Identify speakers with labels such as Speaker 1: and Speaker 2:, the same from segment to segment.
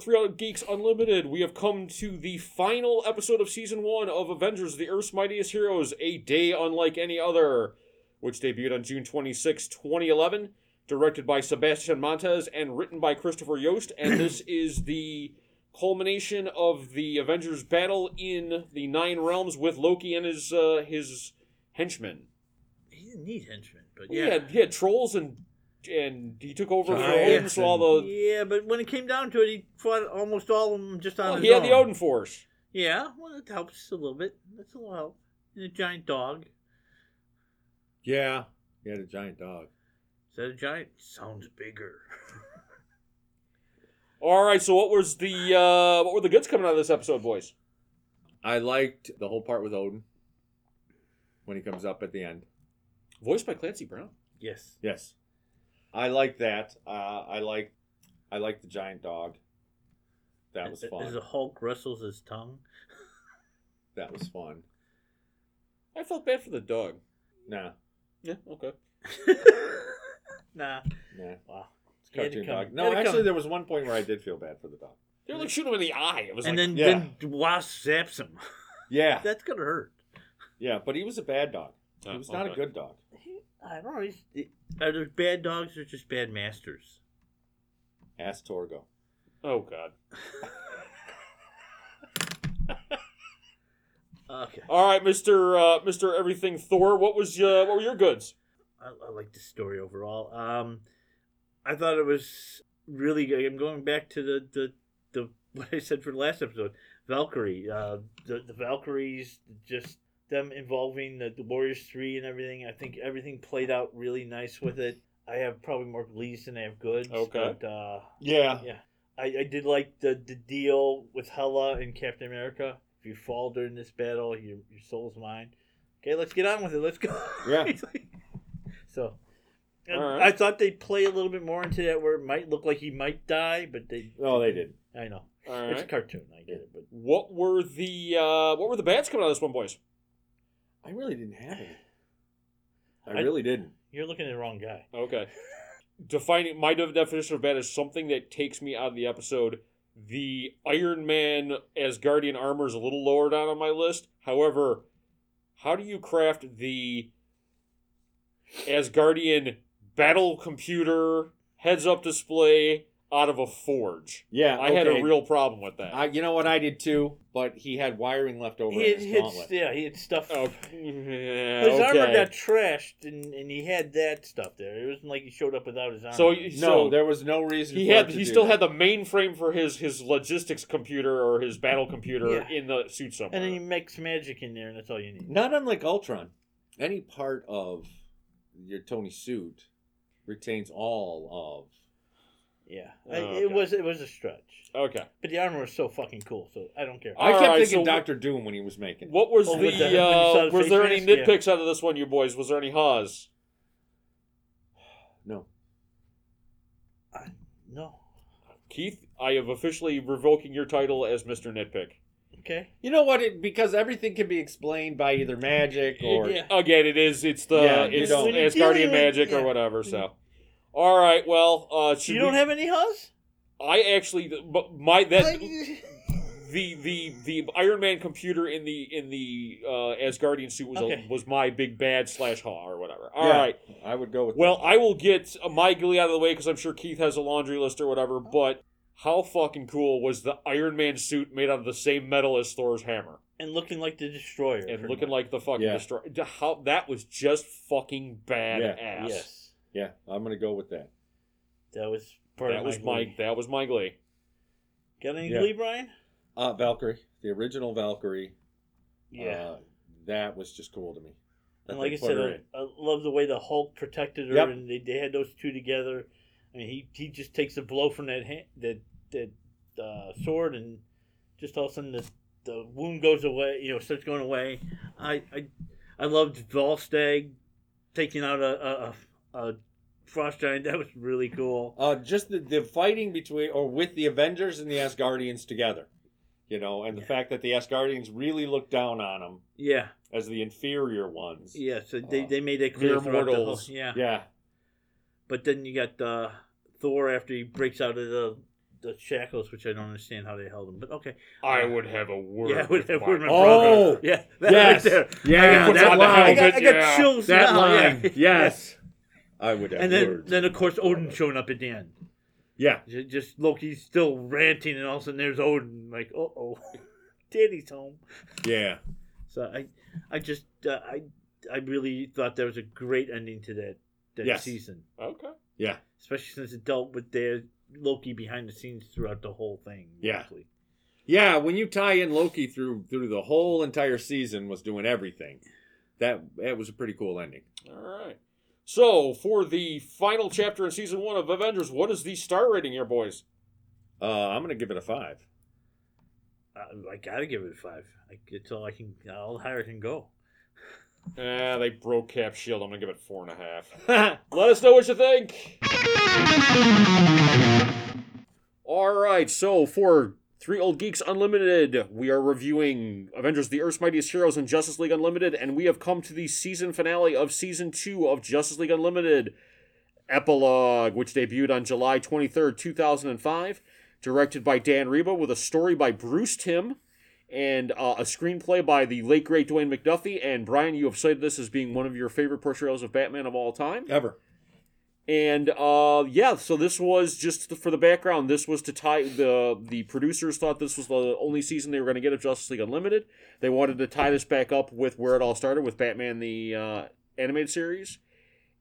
Speaker 1: Three Geeks Unlimited. We have come to the final episode of season one of Avengers: The Earth's Mightiest Heroes, a day unlike any other, which debuted on June 26, 2011. Directed by Sebastian Montez and written by Christopher Yost, and this is the culmination of the Avengers battle in the Nine Realms with Loki and his uh, his henchmen.
Speaker 2: He didn't need henchmen, but
Speaker 1: He
Speaker 2: yeah.
Speaker 1: had he had trolls and and he took over for
Speaker 2: Giants
Speaker 1: Odin, so all the
Speaker 2: Yeah, but when it came down to it, he fought almost all of them just on his
Speaker 1: he had
Speaker 2: own.
Speaker 1: the Odin Force.
Speaker 2: Yeah, well, that helps a little bit. That's a little help. And a giant dog.
Speaker 3: Yeah, he had a giant dog.
Speaker 2: Is that a giant? Sounds bigger.
Speaker 1: All right, so what was the uh, what were the goods coming out of this episode, boys?
Speaker 3: I liked the whole part with Odin when he comes up at the end.
Speaker 1: Voiced by Clancy Brown.
Speaker 2: Yes.
Speaker 3: Yes, I like that. Uh, I like, I like the giant dog. That was
Speaker 2: As- As
Speaker 3: fun.
Speaker 2: the Hulk wrestles his tongue.
Speaker 3: That was fun.
Speaker 1: I felt bad for the dog.
Speaker 3: Nah,
Speaker 1: Yeah, okay.
Speaker 2: nah.
Speaker 3: nah.
Speaker 2: Wow.
Speaker 3: It's
Speaker 2: He had to
Speaker 3: cartoon
Speaker 2: come-
Speaker 3: dog.
Speaker 2: he
Speaker 3: No,
Speaker 2: had to
Speaker 3: actually,
Speaker 2: come.
Speaker 3: there was one point where I did feel bad for the dog.
Speaker 1: They were like shooting him in the eye. It was
Speaker 2: And
Speaker 1: like,
Speaker 2: then,
Speaker 3: yeah.
Speaker 2: then Wasp zaps him.
Speaker 3: Yeah,
Speaker 2: That's going to hurt.
Speaker 3: yeah, but he was a bad dog.
Speaker 1: Oh,
Speaker 3: He was not a
Speaker 1: okay.
Speaker 3: good dog.
Speaker 2: I don't know. He's, are there bad dogs or just bad masters?
Speaker 3: Ask Torgo.
Speaker 1: Oh god.
Speaker 2: Okay.
Speaker 1: All right, Mister uh, Mister Everything Thor. What was uh, what were your goods?
Speaker 2: I, I like the story overall. Um, I thought it was really good. I'm going back to the, the, the what I said for the last episode. Valkyrie, uh, the the Valkyries, just them involving the, the Warriors three and everything. I think everything played out really nice with it. I have probably more leads than I have goods.
Speaker 1: Okay.
Speaker 2: But, uh,
Speaker 3: Yeah,
Speaker 2: yeah, I, I did like the the deal with Hela and Captain America. If you fall during this battle, your your soul's mine. Okay, let's get on with it. Let's go.
Speaker 3: Yeah.
Speaker 2: It's like- so, and
Speaker 1: All right.
Speaker 2: I thought they play a little bit more into that where it might look like he might die, but they.
Speaker 3: No, they didn't.
Speaker 2: I know
Speaker 1: All
Speaker 2: it's a
Speaker 1: right.
Speaker 2: cartoon. I get it, but
Speaker 1: What were the uh, what were the bads coming out of this one, boys?
Speaker 3: I really didn't have any. I
Speaker 2: I-
Speaker 3: really didn't.
Speaker 2: you're looking at the wrong guy.
Speaker 1: Okay. Defining my de- definition of bad is something that takes me out of the episode. The Iron Man as Guardian armor is a little lower down on my list. However, how do you craft the Asgardian battle computer heads up display out of a forge?
Speaker 3: Yeah,
Speaker 1: I had a
Speaker 3: okay.
Speaker 1: real problem with that.
Speaker 3: I, you know what I did too, but he had wiring left over
Speaker 2: He
Speaker 3: in
Speaker 2: had,
Speaker 3: his
Speaker 2: he had-
Speaker 3: gauntlet.
Speaker 2: yeah, he had stuff.
Speaker 1: Okay.
Speaker 2: His armor
Speaker 1: Oh, Okay.
Speaker 2: got trashed, and, and he had that stuff there. It wasn't like he showed up without his armor.
Speaker 1: So,
Speaker 3: no,
Speaker 1: so
Speaker 3: there was no reason.
Speaker 1: he
Speaker 3: for
Speaker 1: had
Speaker 3: it to
Speaker 1: he
Speaker 3: do
Speaker 1: still
Speaker 3: that.
Speaker 1: had the mainframe for his his logistics computer or his battle computer in the suit somewhere.
Speaker 2: and then he makes magic in there, and that's all you need.
Speaker 3: Not unlike Ultron, any part of your Tony suit retains all
Speaker 2: Yeah,
Speaker 1: Oh,
Speaker 2: I,
Speaker 1: okay.
Speaker 2: it was it was a stretch,
Speaker 1: okay.
Speaker 2: but the armor was so fucking cool, so I don't care.
Speaker 3: of. I kept
Speaker 1: Alright,
Speaker 3: thinking
Speaker 1: so what-
Speaker 3: Doctor Doom when he was making. it.
Speaker 1: What was
Speaker 2: Oh,
Speaker 1: the,
Speaker 2: with the- when you saw
Speaker 1: uh,
Speaker 2: the
Speaker 1: was
Speaker 2: face
Speaker 1: there any
Speaker 2: mask? Yeah.
Speaker 1: nitpicks out of this one, you boys? Was there any haws?
Speaker 3: No,
Speaker 2: no,
Speaker 1: Keith, I am officially revoking your title as Mr. Nitpick.
Speaker 2: okay,
Speaker 3: you know what? It, because everything can be explained by either magic or
Speaker 2: Yeah.
Speaker 1: Again, it is it's the
Speaker 3: Yeah, you
Speaker 1: it's
Speaker 3: don't-
Speaker 1: it's Guardian
Speaker 2: When you're
Speaker 1: magic
Speaker 2: dealing
Speaker 1: or
Speaker 2: with-
Speaker 1: whatever. So, all right, well, uh, should
Speaker 2: you don't
Speaker 1: we-
Speaker 2: have any huzz?
Speaker 1: I actually but my that
Speaker 2: Like-
Speaker 1: the the the Iron Man computer in the in the uh, Asgardian suit was
Speaker 2: Okay.
Speaker 1: a, was my big bad slash haw or whatever. All right.
Speaker 3: Yeah. I would go with.
Speaker 1: Well, I will get uh, my glee out of the way because I'm sure Keith has a laundry list or
Speaker 2: Oh.
Speaker 1: whatever. But how fucking cool was the Iron Man suit made out of the same metal as Thor's hammer
Speaker 2: and looking like the destroyer
Speaker 1: and
Speaker 2: pretty
Speaker 1: looking like
Speaker 2: much.
Speaker 1: the fucking
Speaker 3: Yeah.
Speaker 1: destroyer? How that was just fucking badass.
Speaker 2: yes,
Speaker 3: yeah, I'm gonna go with that.
Speaker 2: that was part
Speaker 1: That
Speaker 2: of
Speaker 1: was
Speaker 2: my.
Speaker 1: my
Speaker 2: glee.
Speaker 1: that was my glee.
Speaker 2: Got any
Speaker 3: Yeah.
Speaker 2: glee, Brian?
Speaker 3: Uh, Valkyrie, the original Valkyrie.
Speaker 2: Yeah,
Speaker 3: uh, that was just cool to me.
Speaker 2: and
Speaker 3: That
Speaker 2: like
Speaker 3: they
Speaker 2: I
Speaker 3: put
Speaker 2: said,
Speaker 3: her
Speaker 2: I,
Speaker 1: uh,
Speaker 3: in.
Speaker 2: I love the way the Hulk protected her,
Speaker 3: Yep.
Speaker 2: and they, they had those two together. I mean, he he just takes a blow from that hand, that that uh, sword, and just all of a sudden the the wound goes away. You know, starts going away. I I, I loved Volstagg taking out a a, a, a frost giant. That was really cool.
Speaker 3: Uh, just the, the fighting between or with the Avengers and the Asgardians together, you know, and the
Speaker 2: Yeah.
Speaker 3: fact that the Asgardians really look down on them
Speaker 2: Yeah,
Speaker 3: as the inferior ones.
Speaker 2: yeah. So they,
Speaker 3: Uh,
Speaker 2: they made that
Speaker 1: mere
Speaker 2: clear throughout the whole-
Speaker 1: mortals.
Speaker 2: Yeah.
Speaker 3: Yeah.
Speaker 2: But then you got uh, Thor after he breaks out of the the shackles, which I don't understand how they held him, but okay.
Speaker 1: I would have a word.
Speaker 2: yeah, would
Speaker 1: with
Speaker 2: have
Speaker 1: my
Speaker 2: would my
Speaker 1: brother.
Speaker 2: brother. Yeah, that
Speaker 4: Oh, Yes.
Speaker 2: right there.
Speaker 4: Yeah,
Speaker 1: puts
Speaker 4: that
Speaker 1: on the
Speaker 2: I
Speaker 4: line.
Speaker 2: got, I got
Speaker 1: Yeah.
Speaker 2: chills
Speaker 4: That
Speaker 2: now,
Speaker 4: line.
Speaker 2: yeah.
Speaker 4: Yes.
Speaker 3: I would have
Speaker 2: And then,
Speaker 3: words.
Speaker 2: then of course, Odin showing up at the end.
Speaker 4: Yeah.
Speaker 2: J- Just Loki's still ranting, and all of a sudden there's Odin. Like, uh oh, Danny's home.
Speaker 4: Yeah.
Speaker 2: So I, I just, uh, I, I really thought that was a great ending to that that
Speaker 4: Yes.
Speaker 2: season,
Speaker 1: Okay.
Speaker 2: especially since it dealt with their Loki behind the scenes throughout the whole thing.
Speaker 4: Yeah.
Speaker 2: mostly.
Speaker 4: Yeah. When
Speaker 3: when you tie in Loki through through the whole entire season was doing everything. That that was a pretty cool ending.
Speaker 1: All right. So for the final chapter in season one of Avengers, what is the star rating here, boys?
Speaker 3: Uh, I'm gonna give it a five.
Speaker 2: Uh, I, I gotta give it a five. I, it's all I can. All higher I can go.
Speaker 1: Ah, they broke Cap Shield. I'm gonna give it four and a half. Let us know what you think. All right. So for Three Old Geeks Unlimited, we are reviewing Avengers: The Earth's Mightiest Heroes and Justice League Unlimited, and we have come to the season finale of season two of Justice League Unlimited. Epilogue, which debuted on July 23rd, 2005, directed by Dan Reba with a story by Bruce Timm and uh, a screenplay by the late great Dwayne McDuffie. And Brian, you have cited this as being one of your favorite portrayals of Batman of all time.
Speaker 3: Ever.
Speaker 1: And uh, yeah, so this was just for the background. This was to tie the the producers thought this was the only season they were going to get of Justice League Unlimited. They wanted to tie this back up with where it all started with Batman the uh, animated series,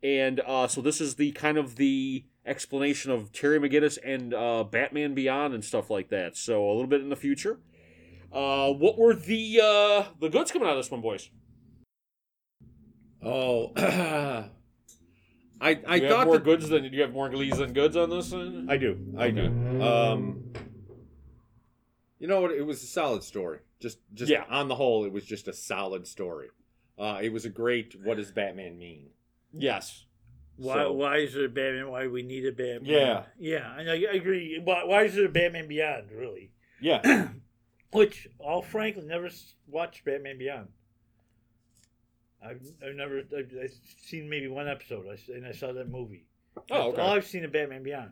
Speaker 1: and uh, so this is the kind of the explanation of Terry McGinnis and uh, Batman Beyond and stuff like that. So a little bit in the future. Uh, what were the uh, the goods coming out of this one, boys?
Speaker 3: Oh, I
Speaker 1: Do
Speaker 3: I
Speaker 1: you have
Speaker 3: thought
Speaker 1: more
Speaker 3: that,
Speaker 1: goods than do you have more glees than goods on this one?
Speaker 3: I do. I do. Um, you know what? It was a solid story. Just, just
Speaker 1: Yeah.
Speaker 3: on the whole, it was just a solid story. Uh, it was a great. What does Batman mean?
Speaker 1: yes.
Speaker 2: Why?
Speaker 3: So-
Speaker 2: why is there a Batman? Why do we need a Batman?
Speaker 3: Yeah.
Speaker 2: Yeah, I, I agree. Why, why is there a Batman Beyond? Really?
Speaker 3: Yeah,
Speaker 2: Which, all frankly, never s- watched Batman Beyond. I've, I've never. I've, I've seen maybe one episode, I s- and I saw that movie.
Speaker 1: Oh,
Speaker 2: That's
Speaker 1: okay.
Speaker 2: All I've seen of Batman Beyond.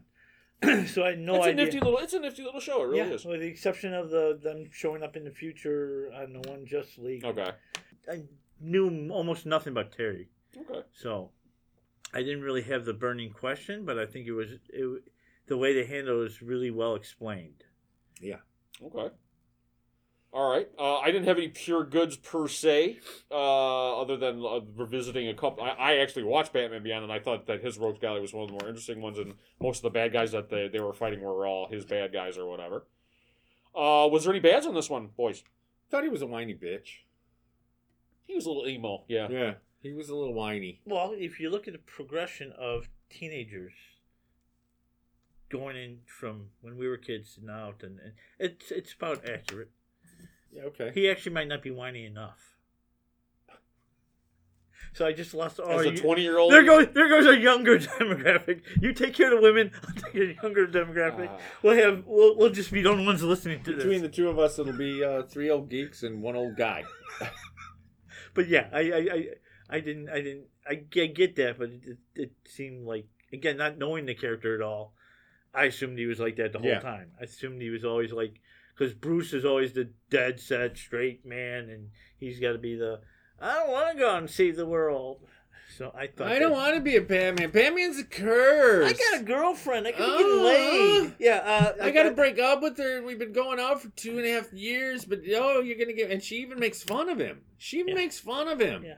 Speaker 2: so I had no
Speaker 1: it's a
Speaker 2: idea.
Speaker 1: nifty little. It's a nifty little show. It really
Speaker 2: yeah,
Speaker 1: is.
Speaker 2: with the exception of the them showing up in the future on the one Just League.
Speaker 1: Okay.
Speaker 2: I knew almost nothing about Terry.
Speaker 1: Okay.
Speaker 2: So I didn't really have the burning question, but I think it was it, the way they handled it was really well explained.
Speaker 1: Okay. All right. Uh, I didn't have any pure goods per se, uh, other than uh, revisiting a couple. I, I actually watched Batman Beyond, and I thought that his rogues gallery was one of the more interesting ones, and most of the bad guys that they, they were fighting were all his bad guys or whatever. Uh, was there any bads on this one, boys?
Speaker 3: thought he was a whiny bitch.
Speaker 1: He was a little emo. Yeah.
Speaker 3: Yeah, he was a little whiny.
Speaker 2: Well, if you look at the progression of teenagers going in from when we were kids and out, and, and it's it's about accurate.
Speaker 3: Yeah, okay.
Speaker 2: He actually might not be whiny enough. So I just lost all.
Speaker 1: As a
Speaker 2: Oh, you-
Speaker 1: twenty-year-old.
Speaker 2: there goes there goes our younger demographic. You take care of the women. I'll take your younger demographic.
Speaker 1: Ah.
Speaker 2: we'll have we'll, we'll just be the only ones listening to this.
Speaker 3: Between the two of us, it'll be uh, three old geeks and one old guy.
Speaker 2: but yeah, I, I, I, I didn't, I didn't, I get, get that, but it, it seemed like again, not knowing the character at all, I assumed he was like that the whole
Speaker 3: Yeah.
Speaker 2: time. I assumed he was always like, because Bruce is always the dead set straight man, and he's got to be the, I don't want to go and see the world. So I thought
Speaker 3: I don't
Speaker 2: that-
Speaker 3: want to be a Batman. Batman's a curse.
Speaker 2: I got a girlfriend. I gotta
Speaker 3: Oh.
Speaker 2: get laid. Yeah, uh,
Speaker 3: I gotta break up with her. We've been going out for two and a half years, but oh, you're gonna get. And she even makes fun of him. She even
Speaker 2: Yeah.
Speaker 3: makes fun of him.
Speaker 2: Yeah.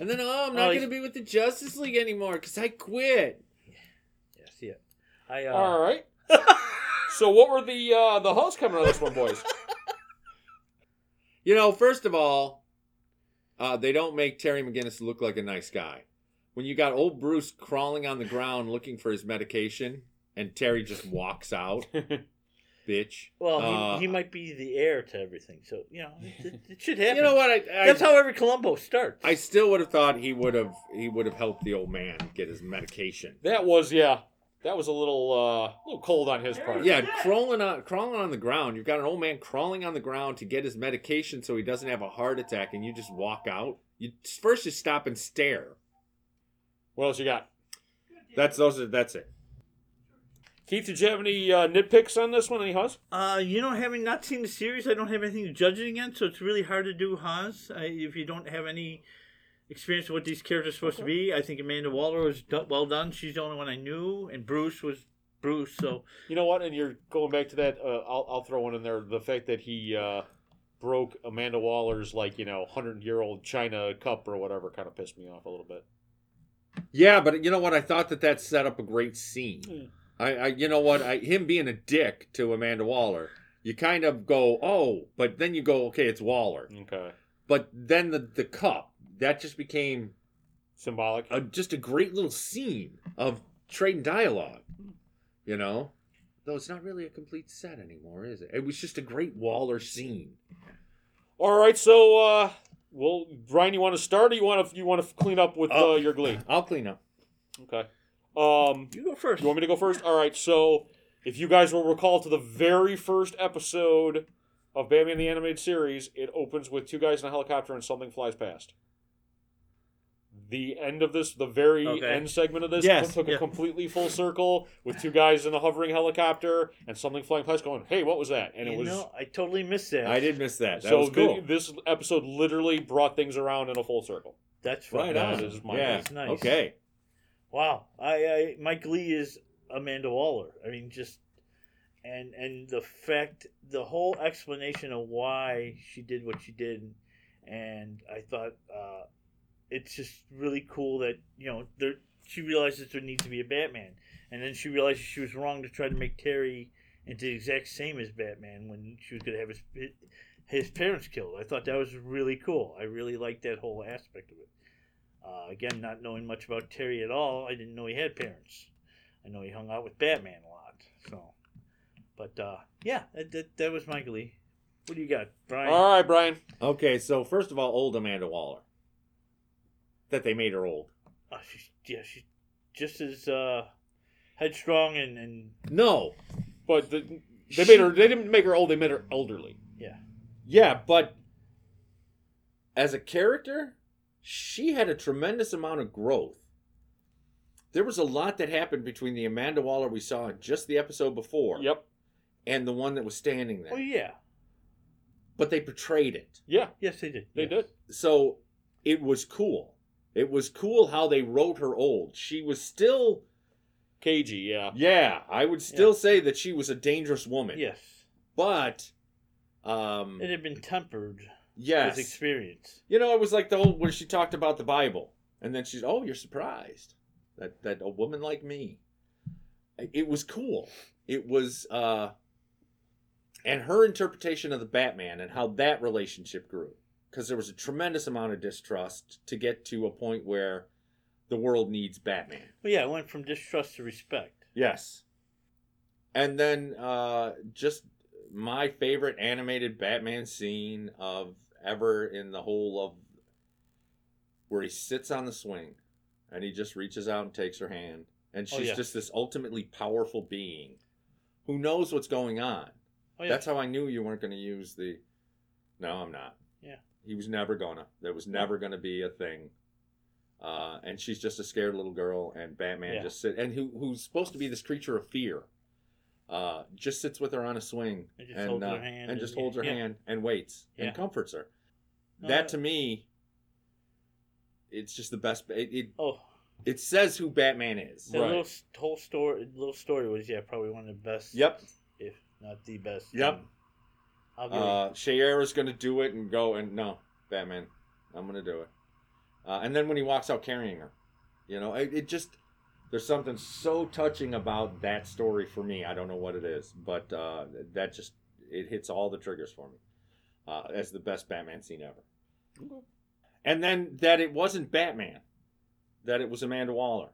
Speaker 3: And then oh, I'm not
Speaker 2: Oh, he's-
Speaker 3: gonna be with the Justice League anymore because I quit.
Speaker 2: Yes, yeah. I. Uh,
Speaker 1: All right. so what were the uh, the hoes coming out of this one, boys?
Speaker 3: You know, first of all, uh, they don't make Terry McGinnis look like a nice guy. When you got old Bruce crawling on the ground looking for his medication, and Terry just walks out, bitch.
Speaker 2: Well, he,
Speaker 3: Uh,
Speaker 2: he might be the heir to everything, so you know it, it, it should happen.
Speaker 3: You know what? I, I,
Speaker 2: That's how every Columbo starts.
Speaker 3: I still would have thought he would have he would have helped the old man get his medication.
Speaker 1: that was yeah. That was a little uh, a little cold on his part.
Speaker 3: Yeah, crawling on crawling on the ground. You've got an old man crawling on the ground to get his medication so he doesn't have a heart attack, and you just walk out. You first you stop and stare.
Speaker 1: What else you got?
Speaker 3: That's those. Are, that's it.
Speaker 1: Keith, did you have any uh, nitpicks on this one? Any huss?
Speaker 2: Uh, you know, having not seen the series, I don't have anything to judge it against, so it's really hard to do Hans I, if you don't have any experience of what these characters are supposed to be. I think Amanda Waller was do- well done. She's the only one I knew, and Bruce was Bruce. So
Speaker 1: You know what? And you're going back to that. Uh, I'll, I'll throw one in there. The fact that he uh, broke Amanda Waller's like you know hundred year old China cup or whatever kind of pissed me off a little bit.
Speaker 3: Yeah, but you know what? I thought that that set up a great scene.
Speaker 1: Mm.
Speaker 3: I, I, you know what? I, him being a dick to Amanda Waller, you kind of go, oh, but then you go, okay, it's Waller.
Speaker 1: Okay,
Speaker 3: But then the the cup that just became
Speaker 1: symbolic.
Speaker 3: a, just a great little scene of trade and dialogue. You know, though it's not really a complete set anymore, is it? It was just a great Waller scene.
Speaker 1: All right, so uh, well, Brian, you want to start, or you want to you want to clean up with uh,
Speaker 3: Oh.
Speaker 1: your Glee?
Speaker 3: I'll clean up.
Speaker 1: Okay. Um,
Speaker 2: you go first.
Speaker 1: You want me to go first? All right. So, if you guys will recall to the very first episode of Batman the Animated Series, it opens with two guys in a helicopter and something flies past. The end of this, the very
Speaker 2: Okay.
Speaker 1: end segment of this,
Speaker 2: Yes,
Speaker 1: took
Speaker 2: yeah.
Speaker 1: a completely full circle with two guys in a hovering helicopter and something flying past, going, "Hey, what was that?" And
Speaker 2: you
Speaker 1: it was
Speaker 2: know, I totally missed that.
Speaker 3: I did miss that. That
Speaker 1: so.
Speaker 3: was cool.
Speaker 1: thi- this episode literally brought things around in a full circle.
Speaker 2: That's fucking
Speaker 3: right
Speaker 1: that
Speaker 3: on.
Speaker 1: is my-
Speaker 3: yeah.
Speaker 2: that's nice.
Speaker 3: Okay.
Speaker 2: Wow, I, I my glee is Amanda Waller. I mean, just and and the fact, the whole explanation of why she did what she did, and I thought uh, it's just really cool that you know there she realizes there needs to be a Batman, and then she realizes she was wrong to try to make Terry into the exact same as Batman when she was going to have his his parents killed. I thought that was really cool. I really liked that whole aspect of it. Uh, again, not knowing much about Terry at all, I didn't know he had parents. I know he hung out with Batman a lot. So, but uh, yeah, that, that, that was my glee. What do you got, Brian?
Speaker 1: All right, Brian.
Speaker 3: Okay. So first of all, old Amanda Waller. That they made her old.
Speaker 2: Oh, she's, yeah, she's just as uh, headstrong and, and
Speaker 3: No.
Speaker 1: But the, they made her. They didn't make her old. They made her elderly.
Speaker 3: Yeah, but as a character, she had a tremendous amount of growth. There was a lot that happened between the Amanda Waller we saw in just the episode before
Speaker 1: Yep.
Speaker 3: and the one that was standing there.
Speaker 2: oh yeah,
Speaker 3: But they portrayed it.
Speaker 1: Yeah,
Speaker 2: yes they did.
Speaker 1: they
Speaker 2: Yes.
Speaker 1: did.
Speaker 3: So it was cool. It was cool how they wrote her old. She was still,
Speaker 1: Cagey. Yeah.
Speaker 3: yeah, I would still say that she was a dangerous woman.
Speaker 2: Yes,
Speaker 3: But, um,
Speaker 2: it had been tempered
Speaker 3: yes.
Speaker 2: with experience.
Speaker 3: You know, it was like the whole where she talked about the Bible, and then she's, "Oh, you're surprised that that a woman like me." It was cool. It was, uh and her interpretation of the Batman and how that relationship grew, because there was a tremendous amount of distrust to get to a point where the world needs Batman.
Speaker 2: But yeah, it went from distrust to respect.
Speaker 3: Yes. And then uh, just my favorite animated Batman scene of ever in the whole of where he sits on the swing and he just reaches out and takes her hand. And
Speaker 2: Oh,
Speaker 3: she's
Speaker 2: yeah.
Speaker 3: just this ultimately powerful being who knows what's going on.
Speaker 2: Oh yeah,
Speaker 3: That's how I knew you weren't going to use the. No, I'm not.
Speaker 2: Yeah.
Speaker 3: He was never gonna. There was never gonna be a thing. Uh, and she's just a scared little girl, and Batman
Speaker 2: Yeah.
Speaker 3: just sit and who who's supposed to be this creature of fear, uh, just sits with her on a swing
Speaker 2: And just holds her hand
Speaker 3: and,
Speaker 2: and-
Speaker 3: just holds her
Speaker 2: yeah.
Speaker 3: hand and waits
Speaker 2: Yeah. Oh,
Speaker 3: and comforts her.
Speaker 2: No,
Speaker 3: that
Speaker 2: that-
Speaker 3: to me, it's just the best. It, it
Speaker 2: oh,
Speaker 3: it says who Batman is.
Speaker 2: that
Speaker 1: Right.
Speaker 2: little s- whole story, little story was yeah probably one of the best.
Speaker 3: Yep.
Speaker 2: if not the best.
Speaker 3: Yep.
Speaker 2: thing. I'll give
Speaker 3: Uh, Shayera's gonna do it and go and no, Batman, I'm gonna do it. Uh, and then when he walks out carrying her, you know, it, it just there's something so touching about that story for me. I don't know what it is, but uh, that just it hits all the triggers for me uh, as the best Batman scene ever. And then that it wasn't Batman, that it was Amanda Waller,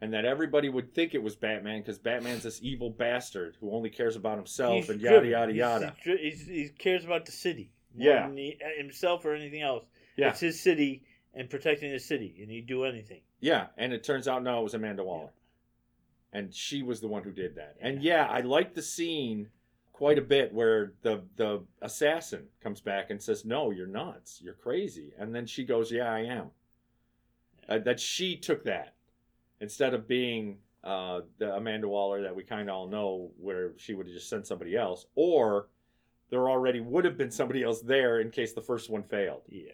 Speaker 3: and that everybody would think it was Batman because Batman's this evil bastard who only cares about
Speaker 2: you-
Speaker 3: himself
Speaker 2: He's
Speaker 3: and yada
Speaker 2: driven.
Speaker 3: yada
Speaker 2: He's-
Speaker 3: yada.
Speaker 2: he's dri- he's- he cares about the city. more
Speaker 3: Yeah.
Speaker 2: than he- himself or anything else.
Speaker 3: Yeah.
Speaker 2: It's his city and protecting his city, and he'd do anything.
Speaker 3: Yeah, and it turns out no, it was Amanda Waller, and she was the one who did that. And yeah, I like the scene quite a bit where the the assassin comes back and says, "No, you're nuts. You're crazy." And then she goes, "Yeah, I am." Uh, that she took that instead of being uh, the Amanda Waller that we kind of all know, where she would have just sent somebody else, or there already would have been somebody else there in case the first one failed.
Speaker 2: Yeah.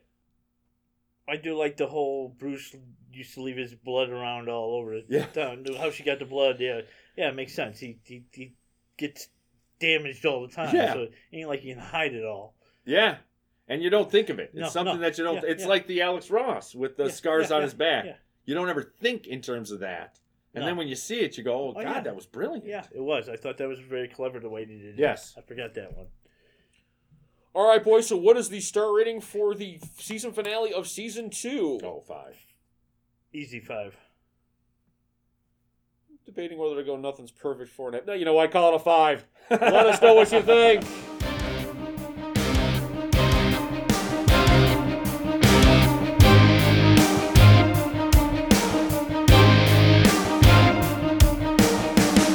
Speaker 2: I do like the whole Bruce used to leave his blood around all over the
Speaker 3: Yeah.
Speaker 2: town. How she got the blood, yeah. Yeah, it makes sense. He he, he gets damaged all the time.
Speaker 3: Yeah.
Speaker 2: So it ain't like you can hide it all.
Speaker 3: Yeah. And you don't think of it. It's
Speaker 2: No,
Speaker 3: something
Speaker 2: no.
Speaker 3: that you don't.
Speaker 2: Yeah,
Speaker 3: it's
Speaker 2: yeah.
Speaker 3: like the Alex Ross with the
Speaker 2: Yeah,
Speaker 3: scars
Speaker 2: yeah,
Speaker 3: on
Speaker 2: yeah,
Speaker 3: his back.
Speaker 2: yeah.
Speaker 3: You don't ever think in terms of that. And
Speaker 2: No.
Speaker 3: then when you see it, you go, oh, God,
Speaker 2: yeah.
Speaker 3: that was brilliant.
Speaker 2: Yeah, it was. I thought that was very clever the way they did it.
Speaker 3: Yes.
Speaker 2: I forgot that one.
Speaker 3: All right, boys. So, what is the star rating for the season finale of season two? Oh, five.
Speaker 2: Easy five.
Speaker 3: Debating whether to go nothing's perfect for an. No, you know, I call it a five. Let us know what you think.